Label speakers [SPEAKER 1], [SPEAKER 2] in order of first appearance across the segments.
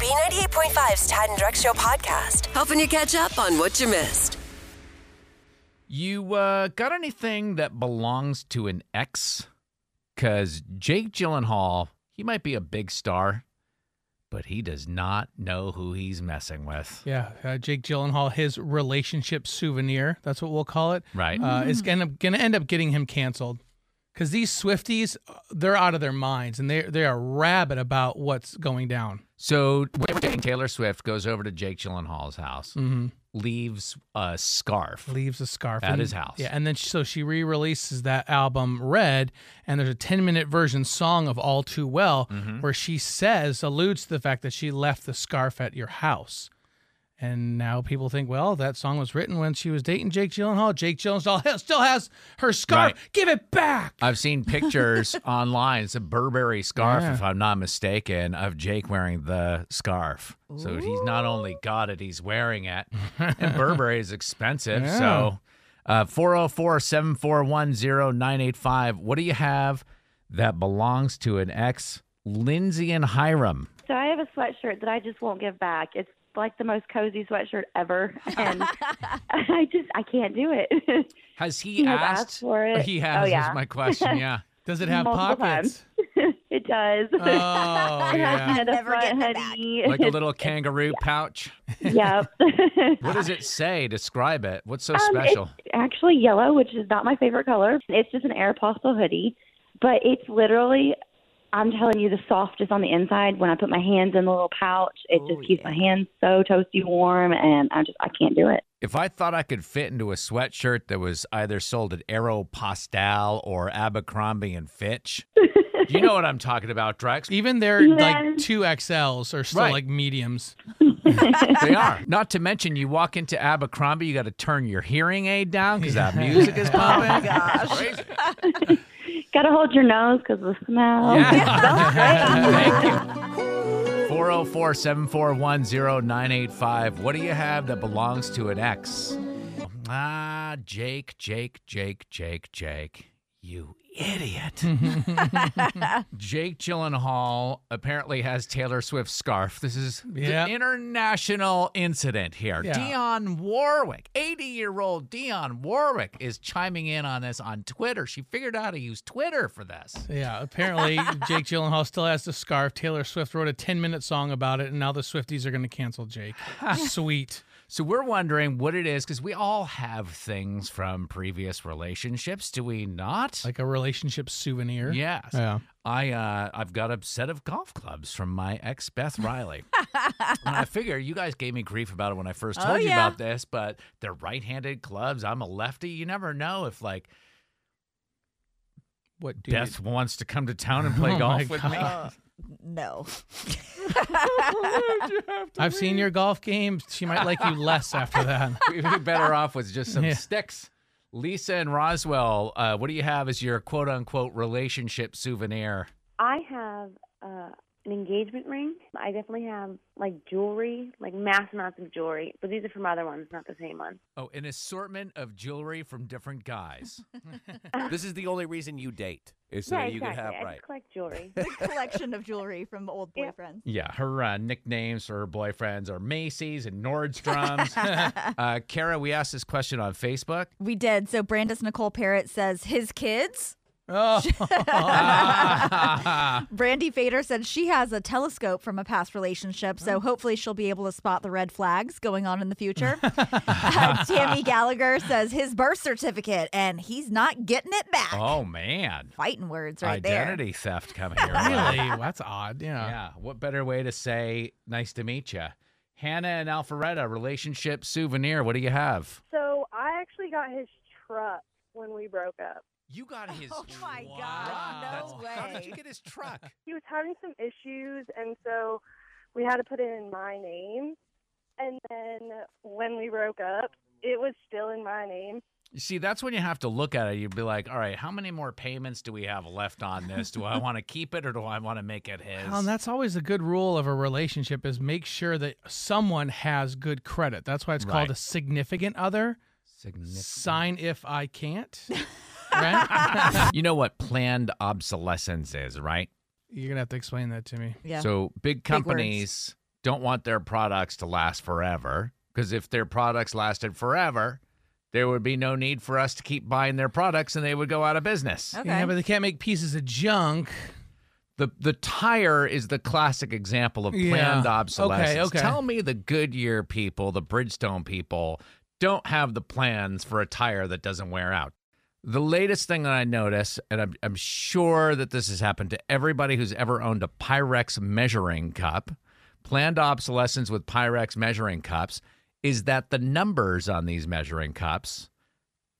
[SPEAKER 1] B98.5's Tad and Drex Show podcast, helping you catch up on what you missed.
[SPEAKER 2] You uh, got anything that belongs to an ex? Because Jake Gyllenhaal, he might be a big star, but he does not know who he's messing with.
[SPEAKER 3] Yeah, uh, Jake Gyllenhaal, his relationship souvenir, that's what we'll call it,
[SPEAKER 2] Right.
[SPEAKER 3] uh, is gonna gonna end up getting him canceled. Because these Swifties, uh, they're out of their minds and they they are rabid about what's going down.
[SPEAKER 2] so when they were dating, Taylor Swift goes over to Jake Gyllenhaal's house, leaves a scarf.
[SPEAKER 3] Leaves a scarf
[SPEAKER 2] At
[SPEAKER 3] and-
[SPEAKER 2] his house.
[SPEAKER 3] Yeah, and then so she re-releases that album Red, and there's a 10 minute version song of All Too Well
[SPEAKER 2] Mm-hmm.
[SPEAKER 3] where she says alludes to the fact that she left the scarf at your house. And now people think, well, that song was written when she was dating Jake Gyllenhaal. Jake Gyllenhaal has- still has her scarf.
[SPEAKER 2] Right.
[SPEAKER 3] Give it back.
[SPEAKER 2] I've seen pictures online. It's a Burberry scarf,
[SPEAKER 3] Yeah.
[SPEAKER 2] if I'm not mistaken, of Jake wearing the scarf. So he's not only got it, he's wearing it. And Burberry is expensive. So uh, 404-741-0985. What do you have that belongs to an ex? Lindsay and Hiram.
[SPEAKER 4] So I have a sweatshirt that I just won't give back. It's like the most cozy sweatshirt ever, and I just I can't do it.
[SPEAKER 2] Has he,
[SPEAKER 4] He has
[SPEAKER 2] asked?
[SPEAKER 4] asked for it.
[SPEAKER 2] He
[SPEAKER 4] Oh,
[SPEAKER 2] has, is
[SPEAKER 4] yeah.
[SPEAKER 2] my question. Yeah.
[SPEAKER 3] Does it have
[SPEAKER 4] Multiple
[SPEAKER 3] pockets?
[SPEAKER 4] it does.
[SPEAKER 3] Oh, yeah.
[SPEAKER 4] You know, the
[SPEAKER 5] Never
[SPEAKER 4] front
[SPEAKER 5] getting it back.
[SPEAKER 4] hoodie.
[SPEAKER 2] Like a little kangaroo pouch.
[SPEAKER 4] yep.
[SPEAKER 2] What does it say? Describe it. What's so
[SPEAKER 4] Um,
[SPEAKER 2] special?
[SPEAKER 4] It's actually yellow, which is not my favorite color. It's just an Aeropostale hoodie, but it's literally, I'm telling you, the softest on the inside. When I put my hands in the little pouch,
[SPEAKER 5] Oh,
[SPEAKER 4] it just keeps my hands so toasty warm, and I just I can't do it.
[SPEAKER 2] If I thought I could fit into a sweatshirt that was either sold at Aeropostale or Abercrombie and Fitch, you know what I'm talking about, Drex.
[SPEAKER 3] Even their
[SPEAKER 4] Yeah.
[SPEAKER 3] like two XLs are still
[SPEAKER 2] Right.
[SPEAKER 3] like mediums.
[SPEAKER 2] They are. Not to mention, you walk into Abercrombie, you got to turn your hearing aid down because that music is popping. Oh my gosh!
[SPEAKER 4] Got to hold your nose because of the
[SPEAKER 6] Oh,
[SPEAKER 4] smell.
[SPEAKER 2] Thank you. 404 741 0985. What do you have that belongs to an ex? Ah, Jake, Jake, Jake, Jake, Jake. You idiot. Jake Gyllenhaal apparently has Taylor Swift's scarf. This is
[SPEAKER 3] Yeah.
[SPEAKER 2] the international incident here.
[SPEAKER 3] Yeah.
[SPEAKER 2] Dionne Warwick, 80 year old Dionne Warwick, is chiming in on this on Twitter. She figured out how to use Twitter for this.
[SPEAKER 3] Yeah, apparently Jake Gyllenhaal still has the scarf. Taylor Swift wrote a 10 minute song about it, and now the Swifties are going to cancel Jake. Sweet.
[SPEAKER 2] So we're wondering what it is because we all have things from previous relationships, do we not?
[SPEAKER 3] Like a relationship souvenir.
[SPEAKER 2] yes.
[SPEAKER 3] Yeah.
[SPEAKER 2] I uh, I've got a set of golf clubs from my ex Beth Riley. and I figure you guys gave me grief about it when I first
[SPEAKER 5] Oh,
[SPEAKER 2] told you
[SPEAKER 5] yeah.
[SPEAKER 2] about this, but they're right-handed clubs. I'm a lefty. You never know if like
[SPEAKER 3] What do
[SPEAKER 2] Beth wants to come to town and play
[SPEAKER 3] Oh, my
[SPEAKER 2] golf with me.
[SPEAKER 3] God.
[SPEAKER 5] No.
[SPEAKER 3] I've seen your golf games. She might like you less after that.
[SPEAKER 2] We'd be better off with just some
[SPEAKER 3] Yeah.
[SPEAKER 2] sticks. Lisa and Roswell, uh, what do you have as your quote unquote relationship souvenir?
[SPEAKER 7] I have uh, an engagement ring. I definitely have like jewelry, like mass amounts of jewelry, but these are from other ones, not the same ones.
[SPEAKER 2] Oh, an assortment of jewelry from different guys.
[SPEAKER 8] This is the only reason you date is so
[SPEAKER 7] yeah,
[SPEAKER 8] that you
[SPEAKER 7] exactly.
[SPEAKER 8] can have
[SPEAKER 7] I
[SPEAKER 8] right.
[SPEAKER 7] just collect jewelry.
[SPEAKER 5] the collection of jewelry from old
[SPEAKER 7] Yeah.
[SPEAKER 5] boyfriends.
[SPEAKER 2] yeah, her uh, nicknames for her boyfriends are Macy's and Nordstrom's. uh, Kara, we asked this question on Facebook.
[SPEAKER 5] We did. So Brandis Nicole Parrott says his kids.
[SPEAKER 3] Oh,
[SPEAKER 2] Ah.
[SPEAKER 5] Brandy Fader said she has a telescope from a past relationship, so hopefully she'll be able to spot the red flags going on in the future. Uh, Tammy Gallagher says his birth certificate, and he's not getting it back.
[SPEAKER 2] oh, man.
[SPEAKER 5] Fighting words right
[SPEAKER 2] Identity theft coming here.
[SPEAKER 3] really? That's odd. Yeah.
[SPEAKER 2] Yeah. What better way to say nice to meet you? Hannah and Alpharetta, relationship souvenir. What do you have?
[SPEAKER 9] So I actually got his truck when we broke up.
[SPEAKER 2] You got his
[SPEAKER 5] Oh, my
[SPEAKER 2] truck.
[SPEAKER 5] God. No
[SPEAKER 2] How did
[SPEAKER 5] way.
[SPEAKER 2] you get his truck?
[SPEAKER 9] He was having some issues, and so we had to put it in my name. And then when we broke up, it was still in my name.
[SPEAKER 2] You see, that's when you have to look at it. You'd be like, all right, how many more payments do we have left on this? Do I want to keep it or do I want to make it his?
[SPEAKER 3] Well, and that's always a good rule of a relationship is make sure that someone has good credit. That's why it's
[SPEAKER 2] Right.
[SPEAKER 3] called a significant other.
[SPEAKER 2] Significant.
[SPEAKER 3] Sign if I can't. Right?
[SPEAKER 2] You know what planned obsolescence is, right?
[SPEAKER 3] You're going to have to explain that to me.
[SPEAKER 5] there. Yeah.
[SPEAKER 2] So big
[SPEAKER 5] words.
[SPEAKER 2] companies don't want their products to last forever because if their products lasted forever, there would be no need for us to keep buying their products and they would go out of business.
[SPEAKER 5] Okay.
[SPEAKER 3] Yeah, but they can't make pieces of junk.
[SPEAKER 2] The the tire is the classic example of
[SPEAKER 3] Yeah.
[SPEAKER 2] planned obsolescence.
[SPEAKER 3] Okay, okay.
[SPEAKER 2] Tell me the Goodyear people, the Bridgestone people don't have the plans for a tire that doesn't wear out. The latest thing that I notice, and I'm, I'm sure that this has happened to everybody who's ever owned a Pyrex measuring cup, planned obsolescence with Pyrex measuring cups, is that the numbers on these measuring cups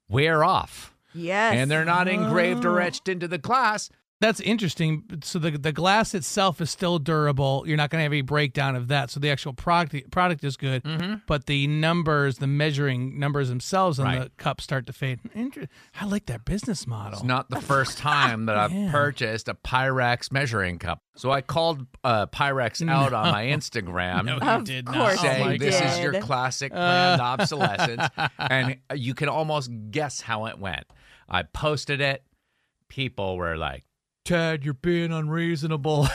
[SPEAKER 2] wear off
[SPEAKER 5] Yes.
[SPEAKER 2] and they're not engraved
[SPEAKER 3] Oh.
[SPEAKER 2] or etched into the glass.
[SPEAKER 3] That's interesting. So the the glass itself is still durable. You're not going to have any breakdown of that. So the actual product product is good, but the numbers, the measuring numbers themselves on
[SPEAKER 2] Right.
[SPEAKER 3] the cup start to fade. Inter- I like that business model.
[SPEAKER 2] It's not the first time that I've
[SPEAKER 3] Yeah.
[SPEAKER 2] purchased a Pyrex measuring cup. So I called uh, Pyrex out on my Instagram.
[SPEAKER 3] no, you
[SPEAKER 5] Of
[SPEAKER 3] did not.
[SPEAKER 5] course you
[SPEAKER 2] Saying
[SPEAKER 3] my
[SPEAKER 2] Oh this
[SPEAKER 3] God. Uh.
[SPEAKER 2] is your
[SPEAKER 5] did.
[SPEAKER 2] classic planned obsolescence, and uh, you can almost guess how it went. I posted it. People were like, "Ted, you're being unreasonable."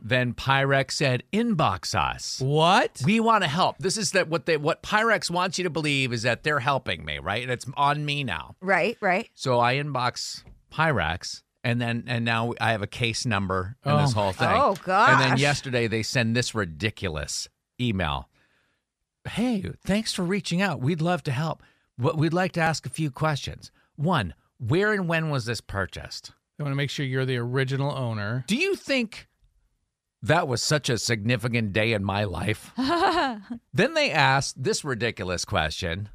[SPEAKER 2] then Pyrex said, "Inbox us."
[SPEAKER 3] what?
[SPEAKER 2] We want to help. This is that what they what Pyrex wants you to believe is that they're helping me, right? And it's on me now.
[SPEAKER 5] right, right.
[SPEAKER 2] So I inbox Pyrax, and then and now I have a case number and this
[SPEAKER 3] Oh.
[SPEAKER 2] whole thing.
[SPEAKER 5] Oh,
[SPEAKER 2] And then
[SPEAKER 5] gosh.
[SPEAKER 2] yesterday they send this ridiculous email. Hey, thanks for reaching out. We'd love to help. What we'd like to ask a few questions. One, where and when was this purchased?
[SPEAKER 3] I want to make sure you're the original owner.
[SPEAKER 2] Do you think that was such a significant day in my life? then they asked this ridiculous question,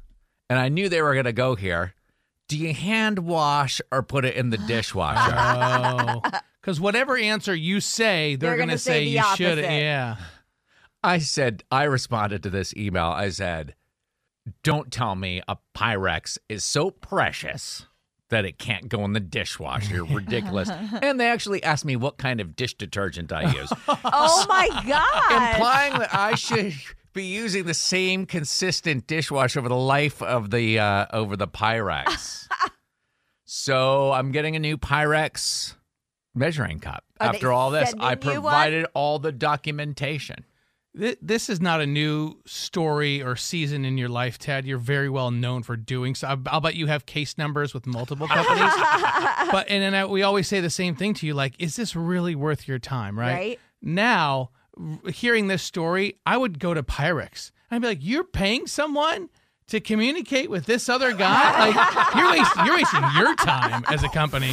[SPEAKER 2] and I knew they were going to go here. Do you hand wash or put it in the dishwasher?
[SPEAKER 3] Oh, because whatever answer you say, they're,
[SPEAKER 5] They're
[SPEAKER 3] going
[SPEAKER 5] gonna
[SPEAKER 3] to say,
[SPEAKER 5] say the
[SPEAKER 3] you should.
[SPEAKER 5] opposite.
[SPEAKER 3] Yeah.
[SPEAKER 2] I said, I responded to this email. I said, Don't tell me a Pyrex is so precious that it can't go in the dishwasher. You're ridiculous. and they actually asked me what kind of dish detergent I use.
[SPEAKER 5] Oh my god.
[SPEAKER 2] implying that I should be using the same consistent dishwasher over the life of the uh, over the Pyrex. so I'm getting a new Pyrex measuring cup.
[SPEAKER 5] Are they
[SPEAKER 2] After all this, I
[SPEAKER 5] sending you one?
[SPEAKER 2] provided all the documentation.
[SPEAKER 3] Th- This is not a new story or season in your life, Ted. You're very well known for doing so. I- I'll bet you have case numbers with multiple companies. but and then I, we always say the same thing to you, like, is this really worth your time? Right.
[SPEAKER 5] Right.
[SPEAKER 3] Now, r- hearing this story, I would go to Pyrex. I'd be like, you're paying someone to communicate with this other guy. Like, you're wasting you're wasting your time as a company.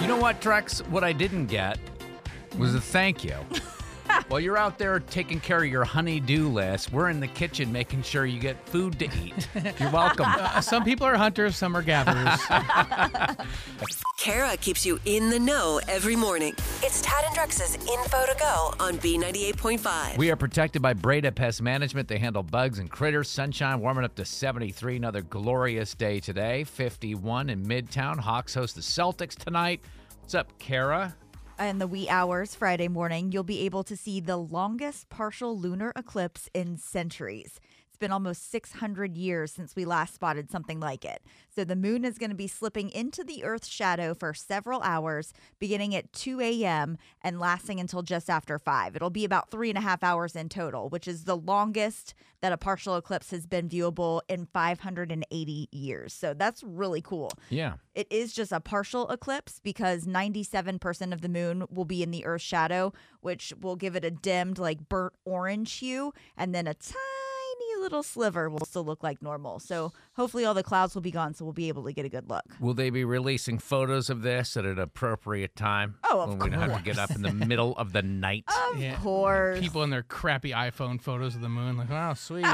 [SPEAKER 2] You know what, Drex? What I didn't get was a thank you. While you're out there taking care of your honey-do list, we're in the kitchen making sure you get food to eat. You're welcome.
[SPEAKER 3] Uh, some people are hunters, some are gatherers.
[SPEAKER 1] Kara keeps you in the know every morning. It's Tad and Drex's info to go on B98.5.
[SPEAKER 2] We are protected by Breda Pest Management. They handle bugs and critters. Sunshine warming up to 73. Another glorious day today. 51 in Midtown. Hawks host the Celtics tonight. What's up, Kara?
[SPEAKER 5] in the wee hours Friday morning, you'll be able to see the longest partial lunar eclipse in centuries. It's been almost 600 years since we last spotted something like it. So the moon is going to be slipping into the Earth's shadow for several hours, beginning at 2 a.m. and lasting until just after 5. It'll be about three and a half hours in total, which is the longest that a partial eclipse has been viewable in 580 years. So that's really cool.
[SPEAKER 2] Yeah.
[SPEAKER 5] It is just a partial eclipse because 97% of the moon will be in the Earth's shadow, which will give it a dimmed, like burnt orange hue. And then a tiny little sliver will still look like normal. So hopefully all the clouds will be gone so we'll be able to get a good look.
[SPEAKER 2] Will they be releasing photos of this at an appropriate time?
[SPEAKER 5] Oh, of Oh,
[SPEAKER 2] When we don't have to get up in the middle of the night.
[SPEAKER 5] Of
[SPEAKER 3] Yeah.
[SPEAKER 5] course.
[SPEAKER 3] People in their crappy iPhone photos of the moon, like, wow, sweet.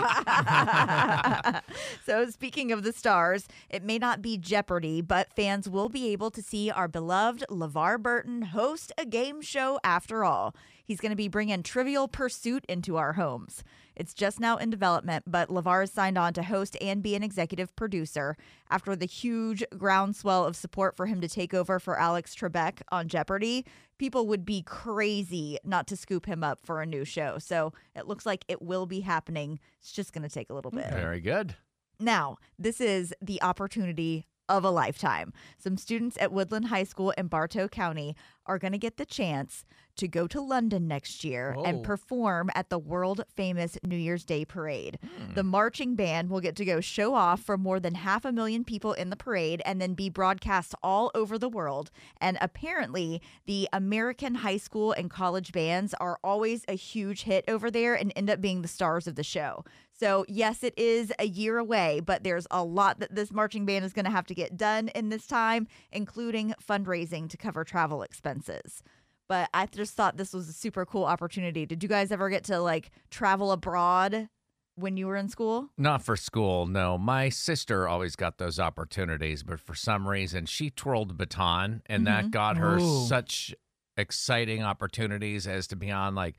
[SPEAKER 5] so, speaking of the stars, it may not be Jeopardy, but fans will be able to see our beloved LeVar Burton host a game show after all. He's going to be bringing Trivial Pursuit into our homes. It's just now in development, but LeVar is signed on to host and be an executive producer after the huge groundswell of support for him to take over for Alex Trebek on Jeopardy. People would be crazy not to scoop him up for a new show. So it looks like it will be happening. It's just going to take a little bit.
[SPEAKER 2] Very good.
[SPEAKER 5] Now, this is the opportunity of a lifetime. Some students at Woodland High School in Bartow County are going to get the chance to go to London next year
[SPEAKER 3] Oh.
[SPEAKER 5] and perform at the world famous New Year's Day parade. The marching band will get to go show off for more than half a million people in the parade and then be broadcast all over the world. And apparently, the American high school and college bands are always a huge hit over there and end up being the stars of the show. So, yes, it is a year away, but there's a lot that this marching band is going to have to get done in this time, including fundraising to cover travel expenses. But I just thought this was a super cool opportunity. Did you guys ever get to like travel abroad when you were in school?
[SPEAKER 2] Not for school, no. My sister always got those opportunities, but for some reason she twirled baton and that got her
[SPEAKER 3] Ooh.
[SPEAKER 2] such exciting opportunities as to be on like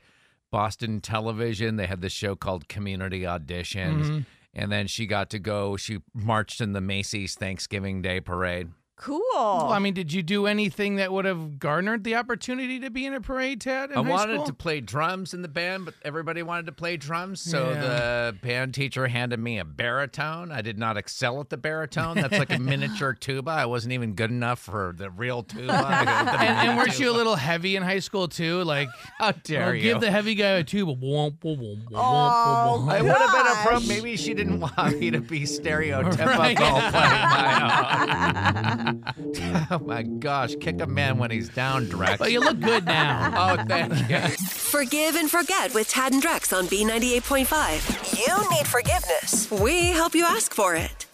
[SPEAKER 2] Boston television. They had this show called Community Auditions.
[SPEAKER 3] Mhm.
[SPEAKER 2] And then she got to go, she marched in the Macy's Thanksgiving Day parade.
[SPEAKER 5] Cool.
[SPEAKER 3] Well, I mean, did you do anything that would have garnered the opportunity to be in a parade, Ted? In
[SPEAKER 2] I
[SPEAKER 3] high
[SPEAKER 2] wanted
[SPEAKER 3] school?
[SPEAKER 2] to play drums in the band, but everybody wanted to play drums. So
[SPEAKER 3] Yeah.
[SPEAKER 2] the band teacher handed me a baritone. I did not excel at the baritone. That's like a miniature tuba. I wasn't even good enough for the real tuba. I got the
[SPEAKER 3] And,
[SPEAKER 2] mini
[SPEAKER 3] and weren't you a
[SPEAKER 2] tuba.
[SPEAKER 3] little heavy in high school too? Like,
[SPEAKER 2] How dare
[SPEAKER 3] well,
[SPEAKER 2] you?
[SPEAKER 3] give the heavy guy a tuba. Womp, womp, womp, womp,
[SPEAKER 5] Oh,
[SPEAKER 2] I
[SPEAKER 3] womp,
[SPEAKER 2] would
[SPEAKER 3] womp.
[SPEAKER 2] have been a pro.
[SPEAKER 5] Gosh.
[SPEAKER 2] Maybe she didn't want me to be stereotypical
[SPEAKER 3] Right.
[SPEAKER 2] playing my own. oh my gosh! Kick a man when he's down, Drex.
[SPEAKER 3] But you look good now.
[SPEAKER 2] oh, thank you.
[SPEAKER 1] Forgive and forget with Tad and Drex on B98.5. You need forgiveness. We help you ask for it.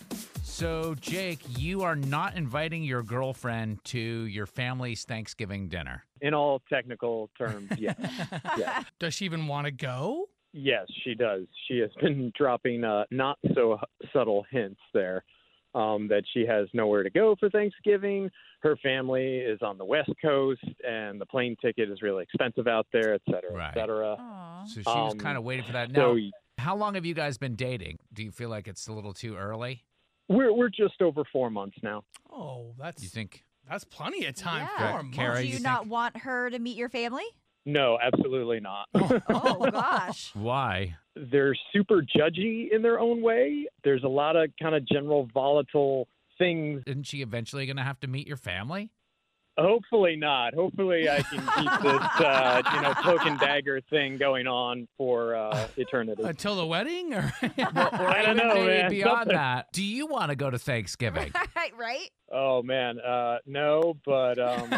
[SPEAKER 2] So, Jake, you are not inviting your girlfriend to your family's Thanksgiving dinner.
[SPEAKER 10] In all technical terms, yes.
[SPEAKER 3] Does she even want to go?
[SPEAKER 10] yes, she does. She has been dropping uh, not so subtle hints there um, that she has nowhere to go for Thanksgiving. Her family is on the West Coast, and the plane ticket is really expensive out there, et cetera,
[SPEAKER 2] Right.
[SPEAKER 10] et cetera.
[SPEAKER 5] Aw.
[SPEAKER 2] So she was
[SPEAKER 10] Um,
[SPEAKER 2] kind of waiting for that. Now,
[SPEAKER 10] So
[SPEAKER 2] how long have you guys been dating? Do you feel like it's a little too early?
[SPEAKER 10] we're we're just over four months now.
[SPEAKER 3] Oh, that's
[SPEAKER 2] You think?
[SPEAKER 3] that's plenty of time
[SPEAKER 5] Yeah.
[SPEAKER 3] for a
[SPEAKER 2] Kara,
[SPEAKER 3] month.
[SPEAKER 2] you
[SPEAKER 5] Do you
[SPEAKER 2] think-
[SPEAKER 5] not want her to meet your family?
[SPEAKER 10] No, absolutely not.
[SPEAKER 5] Oh gosh.
[SPEAKER 2] Why?
[SPEAKER 10] they're super judgy in their own way. There's a lot of kind of general volatile things.
[SPEAKER 2] Isn't she eventually going to have to meet your family?
[SPEAKER 10] Hopefully not. Hopefully I can keep this, uh, you know, cloak and dagger thing going on for uh, eternity.
[SPEAKER 3] Until the wedding, or
[SPEAKER 2] Or
[SPEAKER 10] I don't
[SPEAKER 2] even
[SPEAKER 10] know,
[SPEAKER 2] maybe
[SPEAKER 10] man.
[SPEAKER 2] beyond
[SPEAKER 10] Something-
[SPEAKER 2] that, do you want to go to Thanksgiving?
[SPEAKER 5] right, right?
[SPEAKER 10] Oh man, uh, no, but um,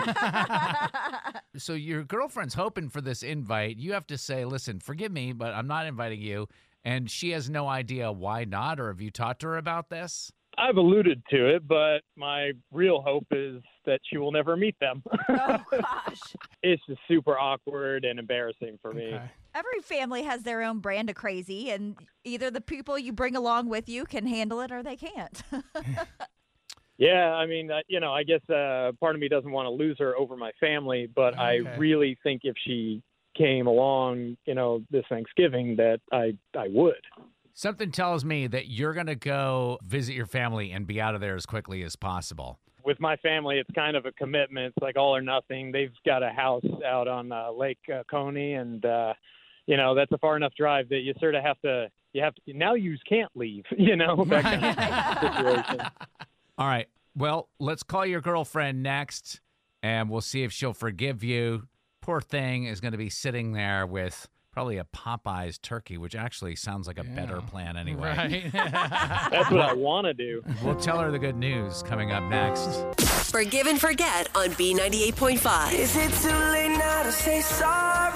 [SPEAKER 2] so your girlfriend's hoping for this invite. You have to say, "Listen, forgive me, but I'm not inviting you." And she has no idea why not, or have you talked to her about this?
[SPEAKER 10] I've alluded to it. But my real hope is that she will never meet them.
[SPEAKER 5] oh gosh.
[SPEAKER 10] it's just super awkward and embarrassing for me.
[SPEAKER 3] Okay.
[SPEAKER 5] Every family has their own brand of crazy, and either the people you bring along with you can handle it or they can't.
[SPEAKER 10] Yeah, I mean, uh, you know, I guess uh, part of me doesn't want to lose her over my family, but
[SPEAKER 3] Okay.
[SPEAKER 10] I really think if she came along, you know, this Thanksgiving, that I I would.
[SPEAKER 2] Something tells me that you're going to go visit your family and be out of there as quickly as possible.
[SPEAKER 10] With my family, it's kind of a commitment. It's like all or nothing. They've got a house out on uh, Lake uh, Coney, and uh, you know that's a far enough drive that you sort of have to. You have to now. You can't leave. You know that kind of situation.
[SPEAKER 2] All right. Well, let's call your girlfriend next and we'll see if she'll forgive you. Poor thing is going to be sitting there with probably a Popeyes turkey, which actually sounds like a better
[SPEAKER 3] Yeah.
[SPEAKER 2] plan anyway.
[SPEAKER 3] right?
[SPEAKER 10] That's what I want to do.
[SPEAKER 2] We'll tell her the good news coming up next.
[SPEAKER 1] Forgive and forget on B98.5. Is it too late now to say sorry?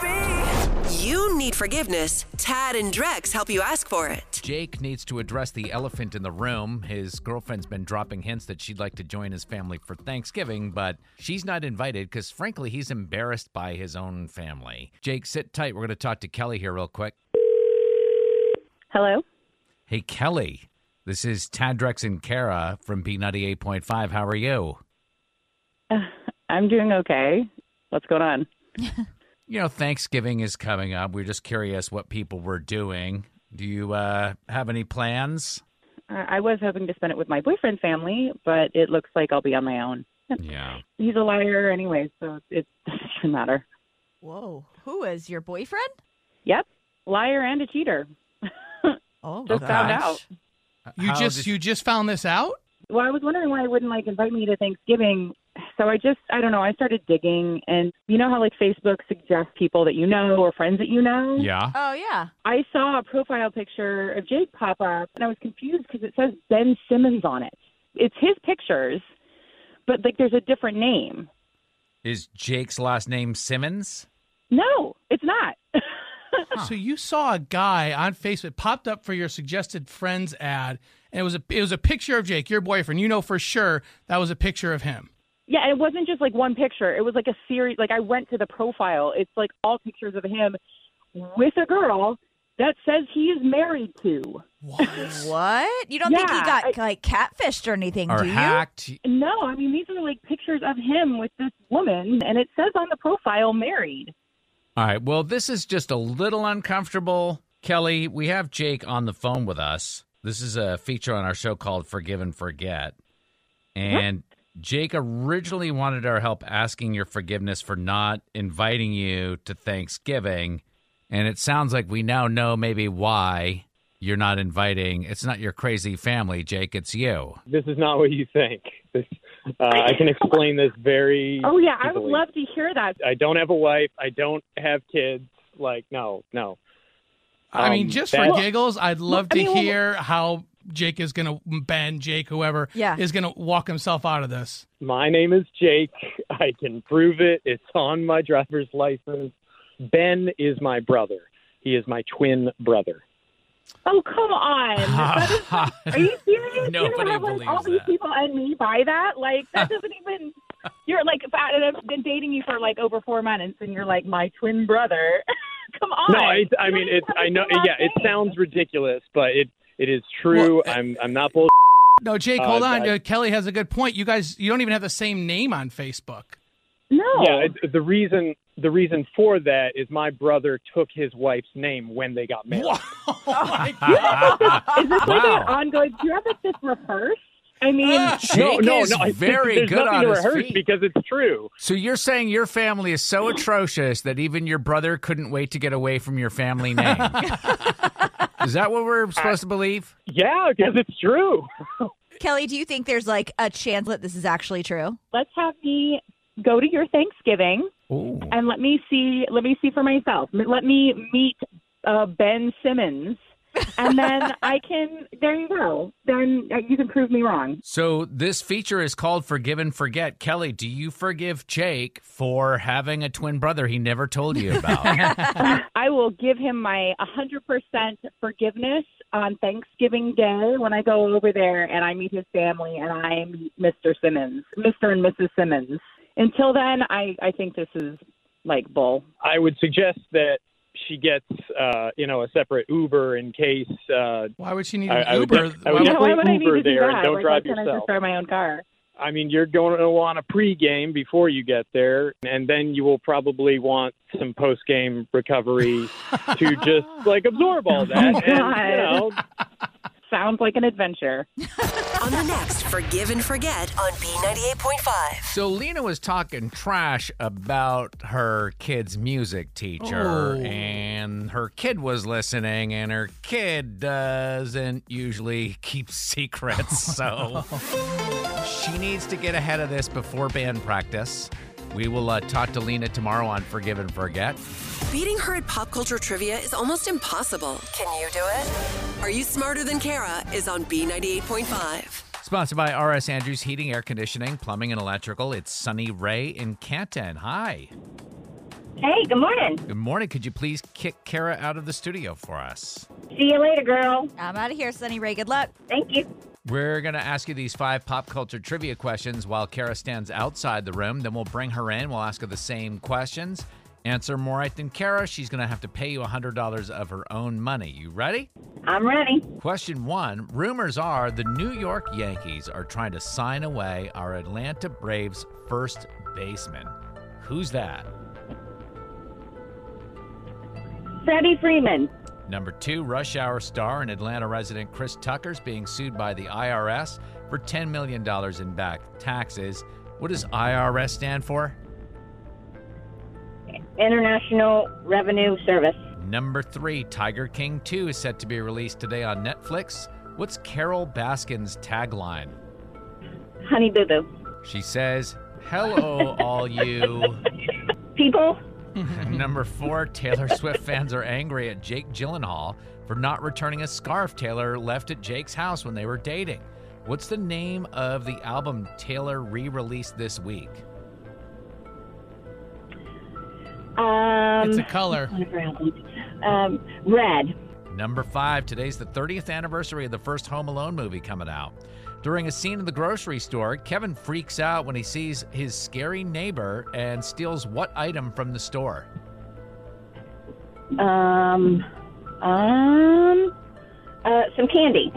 [SPEAKER 1] You need forgiveness. Tad and Drex help you ask for it.
[SPEAKER 2] Jake needs to address the elephant in the room. His girlfriend's been dropping hints that she'd like to join his family for Thanksgiving, but she's not invited because, frankly, he's embarrassed by his own family. Jake, sit tight. We're going to talk to Kelly here, real quick.
[SPEAKER 4] Hello.
[SPEAKER 2] Hey, Kelly, this is Tadrex and Kara from B98.5. How are you?
[SPEAKER 6] I'm doing okay. What's going on?
[SPEAKER 2] You know, Thanksgiving is coming up. We're just curious what people were doing. Do you uh, have any plans?
[SPEAKER 6] Uh, I was hoping to spend it with my boyfriend's family, but it looks like I'll be on my own.
[SPEAKER 2] Yeah.
[SPEAKER 6] He's a liar anyway, so it doesn't even matter.
[SPEAKER 5] Whoa. Who is your boyfriend?
[SPEAKER 6] Yep, liar and a cheater.
[SPEAKER 5] Oh,
[SPEAKER 6] Just found
[SPEAKER 5] gosh.
[SPEAKER 3] you
[SPEAKER 2] How
[SPEAKER 3] just
[SPEAKER 2] did-
[SPEAKER 3] you just found this out?
[SPEAKER 6] Well, I was wondering why he wouldn't like invite me to Thanksgiving. So I just, I don't know, I started digging, and you know how like Facebook suggests people that you know or friends that you know?
[SPEAKER 11] Yeah.
[SPEAKER 5] Oh, yeah.
[SPEAKER 6] I saw a profile picture of Jake pop up, and I was confused because it says Ben Simmons on it. It's his pictures, but like there's a different name.
[SPEAKER 2] Is Jake's last name Simmons?
[SPEAKER 6] No, it's not.
[SPEAKER 3] So you saw a guy on Facebook popped up for your suggested friends ad, and it was a it was a picture of Jake, your boyfriend. You know for sure that was a picture of him.
[SPEAKER 6] Yeah, and it wasn't just like one picture. It was like a series. Like I went to the profile. It's like all pictures of him with a girl that says he is married to.
[SPEAKER 5] What? You don't think he
[SPEAKER 6] Yeah,
[SPEAKER 5] got like catfished or anything,
[SPEAKER 2] Or
[SPEAKER 5] do you?
[SPEAKER 2] hacked?
[SPEAKER 6] No, I mean these are like pictures of him with this woman, and it says on the profile married.
[SPEAKER 2] All right. Well, this is just a little uncomfortable. Kelly, we have Jake on the phone with us. This is a feature on our show called Forgive and Forget.
[SPEAKER 3] Mm-hmm.
[SPEAKER 2] And Jake originally wanted our help asking your forgiveness for not inviting you to Thanksgiving. And it sounds like we now know maybe why you're not inviting. It's not your crazy family, Jake. It's you.
[SPEAKER 10] This is not what you think. This, uh, I can explain this very.
[SPEAKER 6] Oh yeah, I would
[SPEAKER 10] easily.
[SPEAKER 6] love to hear that.
[SPEAKER 10] I don't have a wife. I don't have kids. Like, no, no.
[SPEAKER 3] I mean,
[SPEAKER 10] Um,
[SPEAKER 3] just
[SPEAKER 10] that-
[SPEAKER 3] for giggles, I'd love
[SPEAKER 6] I
[SPEAKER 3] to
[SPEAKER 6] mean, well-
[SPEAKER 3] hear how Jake is going to Ben, Jake, whoever
[SPEAKER 5] Yeah.
[SPEAKER 3] is going to walk himself out of this.
[SPEAKER 10] My name is Jake. I can prove it. It's on my driver's license. Ben is my brother. He is my twin brother.
[SPEAKER 6] Oh come on! That is- are you serious? you don't
[SPEAKER 2] Nobody
[SPEAKER 6] have like all
[SPEAKER 2] believes
[SPEAKER 6] these
[SPEAKER 2] that.
[SPEAKER 6] people and me by that. Like that doesn't even. You're like about- and I've been dating you for like over four months, and you're like my twin brother. come on!
[SPEAKER 10] No, I, I
[SPEAKER 6] You
[SPEAKER 10] mean
[SPEAKER 6] don't
[SPEAKER 10] it's.
[SPEAKER 6] even have
[SPEAKER 10] I
[SPEAKER 6] a
[SPEAKER 10] know.
[SPEAKER 6] full
[SPEAKER 10] Yeah, it
[SPEAKER 6] last name.
[SPEAKER 10] sounds ridiculous, but it it is true.
[SPEAKER 3] Well,
[SPEAKER 10] I'm I'm not bull.
[SPEAKER 3] No, Jake,
[SPEAKER 10] Uh,
[SPEAKER 3] hold on.
[SPEAKER 10] I-
[SPEAKER 3] Uh, Kelly has a good point. You guys, you don't even have the same name on Facebook.
[SPEAKER 6] No.
[SPEAKER 10] Yeah, it, the reason the reason for that is my brother took his wife's name when they got married.
[SPEAKER 3] oh my
[SPEAKER 6] Do you have, like, this- is this like
[SPEAKER 2] Wow. Ah.
[SPEAKER 6] an ongoing? Do you have like this rehearsed? I mean,
[SPEAKER 10] No,
[SPEAKER 2] Jake
[SPEAKER 10] no,
[SPEAKER 2] is
[SPEAKER 10] no. I think
[SPEAKER 2] very
[SPEAKER 10] there's
[SPEAKER 2] good
[SPEAKER 10] nothing
[SPEAKER 2] on
[SPEAKER 10] to
[SPEAKER 2] his
[SPEAKER 10] rehearse
[SPEAKER 2] feet.
[SPEAKER 10] because it's true.
[SPEAKER 2] So you're saying your family is so atrocious that even your brother couldn't wait to get away from your family name. is that what we're supposed to believe?
[SPEAKER 10] Yeah, because it's true.
[SPEAKER 5] Kelly, do you think there's like a chance that this is actually true?
[SPEAKER 6] let's have me go to your Thanksgiving
[SPEAKER 2] Ooh.
[SPEAKER 6] and let me see. Let me see for myself. Let me meet uh, Ben Simmons, and then I can. There you go. Then uh, you can prove me wrong.
[SPEAKER 2] So this feature is called Forgive and Forget. Kelly, do you forgive Jake for having a twin brother he never told you about?
[SPEAKER 6] I will give him my 100% forgiveness on Thanksgiving Day when I go over there and I meet his family and I meet Mr. Simmons, Mr. and Mrs. Simmons. Until then, I, I think this is like bull.
[SPEAKER 10] I would suggest that she gets uh, you know a separate Uber in case. Uh,
[SPEAKER 3] Why would she need
[SPEAKER 10] I-
[SPEAKER 3] an
[SPEAKER 10] I would
[SPEAKER 3] Uber?
[SPEAKER 10] def- I would
[SPEAKER 3] Why
[SPEAKER 6] Yeah, why
[SPEAKER 10] definitely
[SPEAKER 6] would I need
[SPEAKER 10] Uber
[SPEAKER 6] to do
[SPEAKER 10] there and
[SPEAKER 6] that?
[SPEAKER 10] don't
[SPEAKER 6] like,
[SPEAKER 10] drive
[SPEAKER 6] why can't I
[SPEAKER 10] yourself.
[SPEAKER 6] just drive my own car?
[SPEAKER 10] I mean, you're going to want a pregame before you get there, and then you will probably want some postgame recovery to just like absorb all that. and, you know,
[SPEAKER 6] Sounds like an adventure.
[SPEAKER 1] on the next Forgive and Forget on B98.5.
[SPEAKER 2] so Lena was talking trash about her kid's music teacher,
[SPEAKER 3] Oh.
[SPEAKER 2] and her kid was listening, and her kid doesn't usually keep secrets, so she needs to get ahead of this before band practice. We will uh, talk to Lena tomorrow on Forgive and Forget.
[SPEAKER 1] Beating her at pop culture trivia is almost impossible. Can you do it? Are You Smarter Than Kara is on B98.5.
[SPEAKER 2] Sponsored by RS Andrews Heating, Air Conditioning, Plumbing, and Electrical. It's Sunny Ray in Canton. Hi.
[SPEAKER 12] Hey, good morning.
[SPEAKER 2] Good morning. Could you please kick Kara out of the studio for us?
[SPEAKER 12] See you later, girl.
[SPEAKER 5] I'm out of here, Sunny Ray. Good luck.
[SPEAKER 12] Thank you.
[SPEAKER 2] We're going to ask you these five pop culture trivia questions while Kara stands outside the room. Then we'll bring her in. We'll ask her the same questions. Answer more right than Kara. She's going to have to pay you $100 of her own money. You ready?
[SPEAKER 12] I'm ready.
[SPEAKER 2] Question one Rumors are the New York Yankees are trying to sign away our Atlanta Braves first baseman. Who's that?
[SPEAKER 12] Freddie Freeman.
[SPEAKER 2] Number two, Rush Hour star and Atlanta resident Chris Tucker's being sued by the IRS for $10 million in back taxes. What does IRS stand for?
[SPEAKER 12] International Revenue Service.
[SPEAKER 2] Number three, Tiger King 2 is set to be released today on Netflix. What's Carol Baskin's tagline?
[SPEAKER 12] Honey Boo Boo.
[SPEAKER 2] She says, Hello, all you.
[SPEAKER 12] People?
[SPEAKER 2] Number four, Taylor Swift fans are angry at Jake Gyllenhaal for not returning a scarf Taylor left at Jake's house when they were dating. What's the name of the album Taylor re released this week?
[SPEAKER 12] Um,
[SPEAKER 3] It's a color.
[SPEAKER 12] Um, red.
[SPEAKER 2] Number five, today's the 30th anniversary of the first Home Alone movie coming out. During a scene in the grocery store, Kevin freaks out when he sees his scary neighbor and steals what item from the store?
[SPEAKER 12] Um, um, uh, some candy.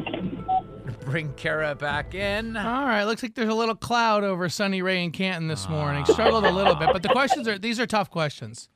[SPEAKER 2] Bring Kara back in.
[SPEAKER 3] All right, looks like there's a little cloud over Sunny Ray and Canton this
[SPEAKER 2] Ah.
[SPEAKER 3] morning. Struggled a little bit, but the questions are these are tough questions.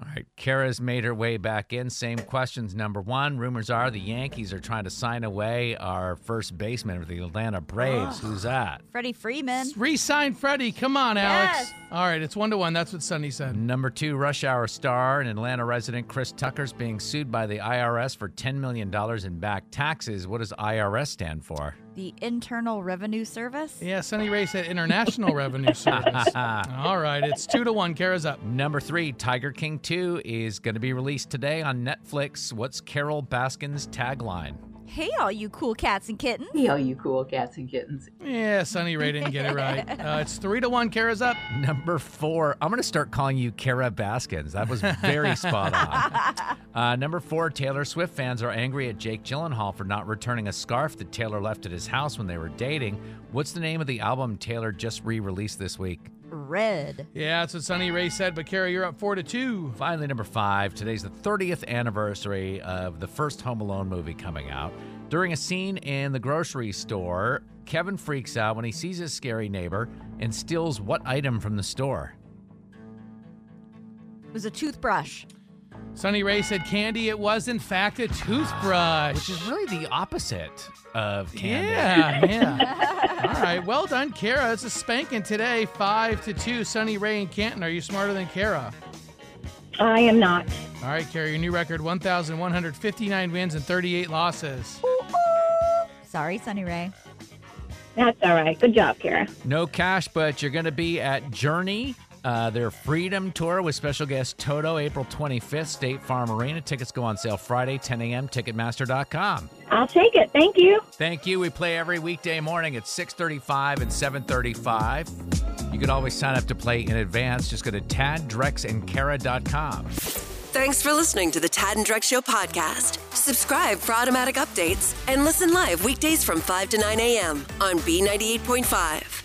[SPEAKER 2] All right, Kara's made her way back in. Same questions. Number one, rumors are the Yankees are trying to sign away our first baseman for the Atlanta Braves. Who's that?
[SPEAKER 5] Freddie Freeman.
[SPEAKER 3] Resign Freddie. Come on, Alex.
[SPEAKER 5] Yes.
[SPEAKER 3] All right, it's one to one. That's what Sunny said.
[SPEAKER 2] Number two, Rush Hour star and Atlanta resident Chris Tucker's being sued by the IRS for $10 million in back taxes. What does IRS stand for?
[SPEAKER 5] The Internal Revenue Service.
[SPEAKER 3] Yeah, Sunny Ray said International Revenue Service. All right, it's two to one. Kara's up.
[SPEAKER 2] Number three, Tiger King 2 is going to be released today on Netflix. What's Carol Baskin's tagline?
[SPEAKER 5] Hey, all you cool cats and kittens.
[SPEAKER 11] Hey, all you cool cats and kittens.
[SPEAKER 3] Yeah, Sunny Ray didn't get it right. Uh, it's three to one. Kara's up.
[SPEAKER 2] Number four, I'm going to start calling you Kara Baskins. That was very spot on. Uh, number four, Taylor Swift fans are angry at Jake Gyllenhaal for not returning a scarf that Taylor left at his house when they were dating. What's the name of the album Taylor just re released this week?
[SPEAKER 5] Red.
[SPEAKER 3] Yeah, that's what Sunny Ray said. But Kara, you're up four to two.
[SPEAKER 2] Finally, number five. Today's the 30th anniversary of the first Home Alone movie coming out. During a scene in the grocery store, Kevin freaks out when he sees his scary neighbor and steals what item from the store?
[SPEAKER 5] It was a toothbrush.
[SPEAKER 3] Sunny Ray said candy. It was in fact a toothbrush.
[SPEAKER 2] Which is really the opposite of candy.
[SPEAKER 3] Yeah, yeah. All right, well done, Kara. It's a spanking today, five to two. Sunny Ray and Canton. Are you smarter than Kara?
[SPEAKER 12] I am not.
[SPEAKER 3] All right, Kara. Your new record: 1,159 wins and 38 losses.
[SPEAKER 5] Sorry, Sunny Ray.
[SPEAKER 12] That's all right. Good job, Kara.
[SPEAKER 2] No cash, but you're going to be at Journey. Uh, their Freedom Tour with special guest Toto, April 25th, State Farm Arena. Tickets go on sale Friday, 10 a.m., Ticketmaster.com.
[SPEAKER 12] I'll take it. Thank you.
[SPEAKER 2] Thank you. We play every weekday morning at 6:35 and 7:35. You can always sign up to play in advance. Just go to taddrexandkara.com.
[SPEAKER 1] Thanks for listening to the Tad and Drex Show podcast. Subscribe for automatic updates and listen live weekdays from 5 to 9 a.m. on B98.5.